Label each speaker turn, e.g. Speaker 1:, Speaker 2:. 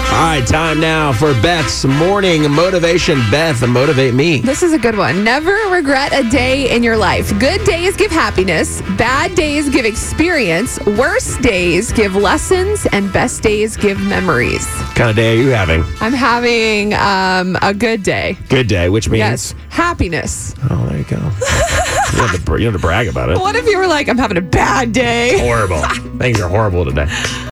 Speaker 1: All right, time now for Beth's morning motivation. Beth, motivate me.
Speaker 2: This is a good one. Never regret a day in your life. Good days give happiness, bad days give experience, worse days give lessons, and best days give memories.
Speaker 1: What kind of day are you having?
Speaker 2: I'm having um, a good day.
Speaker 1: Good day, which means.
Speaker 2: Yes, happiness.
Speaker 1: Oh, there you go. you, don't have to, you don't have to brag about it. Oh,
Speaker 2: What if you were like, I'm having a bad day?
Speaker 1: Horrible. Things are horrible today.